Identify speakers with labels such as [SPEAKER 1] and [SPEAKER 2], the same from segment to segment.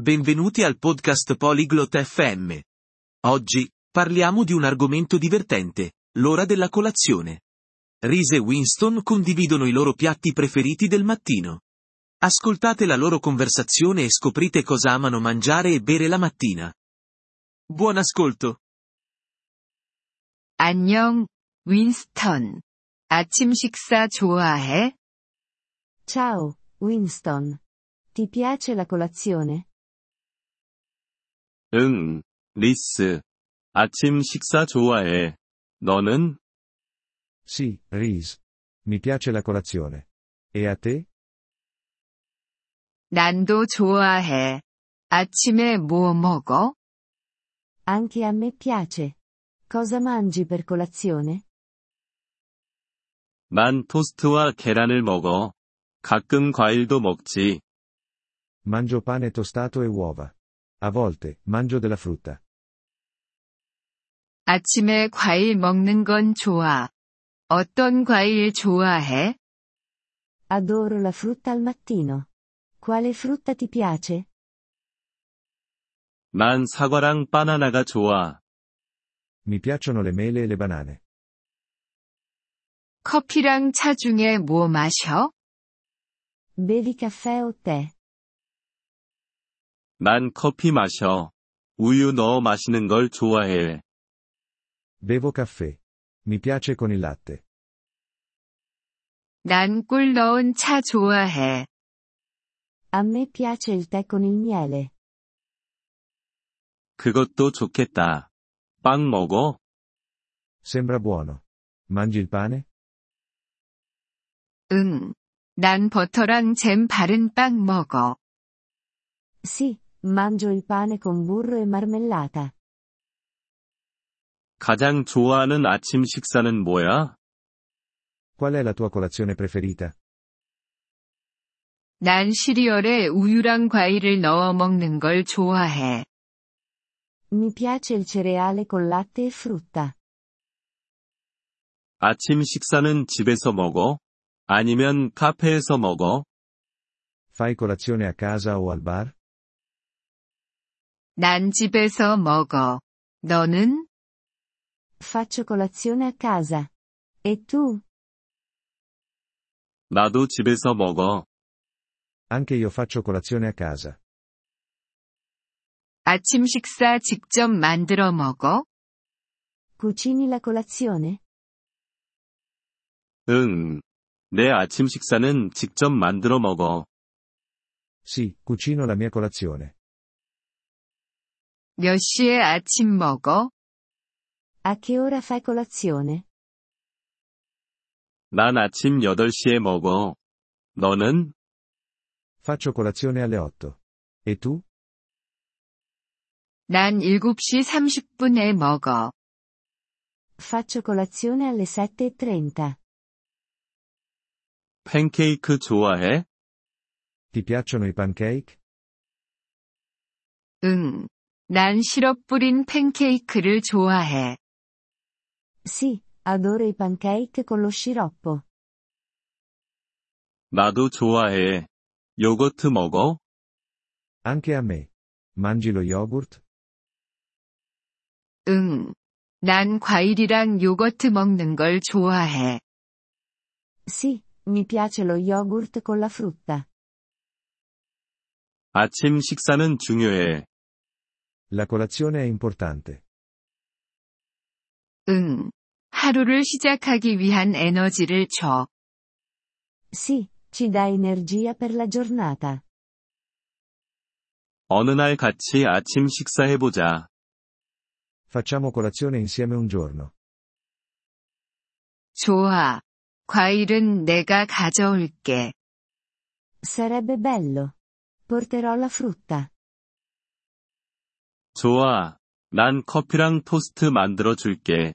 [SPEAKER 1] Benvenuti al podcast Polyglot FM. Oggi, parliamo di un argomento divertente, l'ora della colazione. Reese e Winston condividono i loro piatti preferiti del mattino. Ascoltate la loro conversazione e scoprite cosa amano mangiare e bere la mattina. Buon ascolto!
[SPEAKER 2] 안녕, 윈스턴. 아침 식사 좋아해?
[SPEAKER 3] Ciao, Winston. Ti piace la colazione?
[SPEAKER 4] 응, 리스. 아침 식사 좋아해. 너는?
[SPEAKER 5] Sì, Reese. Mi piace la colazione. E a te?
[SPEAKER 2] 난도 좋아해. 아침에 뭐 먹어?
[SPEAKER 3] Anche a me piace. Cosa mangi per colazione?
[SPEAKER 4] 난 토스트와 계란을 먹어. 가끔 과일도 먹지.
[SPEAKER 5] Mangio pane tostato e uova. A volte, mangio della frutta.
[SPEAKER 2] 아침에 과일 먹는 건 좋아. 어떤 과일 좋아해?
[SPEAKER 3] Adoro la frutta al mattino. Quale frutta ti piace?
[SPEAKER 4] 난 사과랑 바나나가 좋아.
[SPEAKER 5] Mi piacciono le mele e le banane.
[SPEAKER 2] 커피랑 차 중에 뭐 마셔?
[SPEAKER 3] Bevi caffè o tè?
[SPEAKER 4] 난 커피 마셔. 우유 넣어 마시는 걸 좋아해.
[SPEAKER 5] Bevo caffè. Mi piace con il latte.
[SPEAKER 2] 난 꿀 넣은 차 좋아해.
[SPEAKER 3] A me piace il tè con il miele.
[SPEAKER 4] 그것도 좋겠다. 빵 먹어?
[SPEAKER 5] Sembra buono. Mangi il pane?
[SPEAKER 2] 응. 난 버터랑 잼 바른 빵 먹어.
[SPEAKER 3] Sì, mangio il pane con burro e marmellata.
[SPEAKER 4] 가장 좋아하는 아침 식사는 뭐야?
[SPEAKER 5] Qual è la tua colazione preferita?
[SPEAKER 2] 난 시리얼에 우유랑 과일을 넣어 먹는 걸 좋아해.
[SPEAKER 3] Mi piace il cereale con latte e frutta.
[SPEAKER 4] 아침 식사는 집에서 먹어? 아니면 카페에서 먹어?
[SPEAKER 5] Fai colazione a casa o al bar?
[SPEAKER 2] 난 집에서 먹어. 너는?
[SPEAKER 3] Faccio colazione a casa. E tu?
[SPEAKER 4] 나도 집에서 먹어.
[SPEAKER 5] Anche io faccio colazione a casa.
[SPEAKER 2] 아침 식사 직접 만들어 먹어?
[SPEAKER 3] Cucini la colazione?
[SPEAKER 4] 응. 내 아침 식사는 직접 만들어 먹어.
[SPEAKER 5] Sì, cucino la mia colazione.
[SPEAKER 2] 몇 시에 아침 먹어?
[SPEAKER 3] A che ora fai colazione?
[SPEAKER 4] 난 아침 8시에 먹어. 너는?
[SPEAKER 5] Faccio colazione alle 8. E tu?
[SPEAKER 2] 난 7시 30분에 먹어.
[SPEAKER 3] Faccio colazione alle e 7.30.
[SPEAKER 4] 팬케이크 좋아해?
[SPEAKER 5] Ti piacciono i pancake?
[SPEAKER 2] 응. 난 시럽 뿌린 팬케이크를 좋아해.
[SPEAKER 3] Sì, adoro i pancake con lo sciroppo.
[SPEAKER 4] 나도 좋아해. 요거트 먹어?
[SPEAKER 5] Anche a me. Mangi lo yogurt?
[SPEAKER 2] 응. 난 과일이랑 요거트 먹는 걸 좋아해.
[SPEAKER 3] Sì, mi piace lo yogurt con la frutta.
[SPEAKER 4] 아침 식사는 중요해.
[SPEAKER 5] La colazione è importante.
[SPEAKER 2] 응. 하루를 시작하기 위한 에너지를 줘.
[SPEAKER 3] Sì, ci dà energia per la giornata.
[SPEAKER 4] 어느 날 같이 아침 식사해보자.
[SPEAKER 5] Facciamo colazione insieme un giorno.
[SPEAKER 2] 좋아. 과일은 내가 가져올게.
[SPEAKER 3] Sarebbe bello. Porterò la frutta.
[SPEAKER 4] 좋아. 난 커피랑 토스트 만들어 줄게.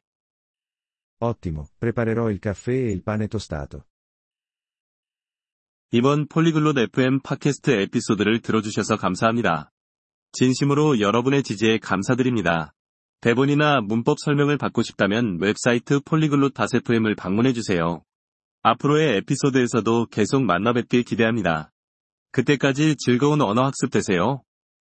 [SPEAKER 5] Ottimo, preparerò il caffè e il pane tostato.
[SPEAKER 4] 이번 폴리글롯 FM 팟캐스트 에피소드를 들어주셔서 감사합니다. 진심으로 여러분의 지지에 감사드립니다. 대본이나 문법 설명을 받고 싶다면 웹사이트 폴리글롯 FM을 방문해주세요. 앞으로의 에피소드에서도 계속 만나뵙길 기대합니다. 그때까지 즐거운 언어 학습 되세요.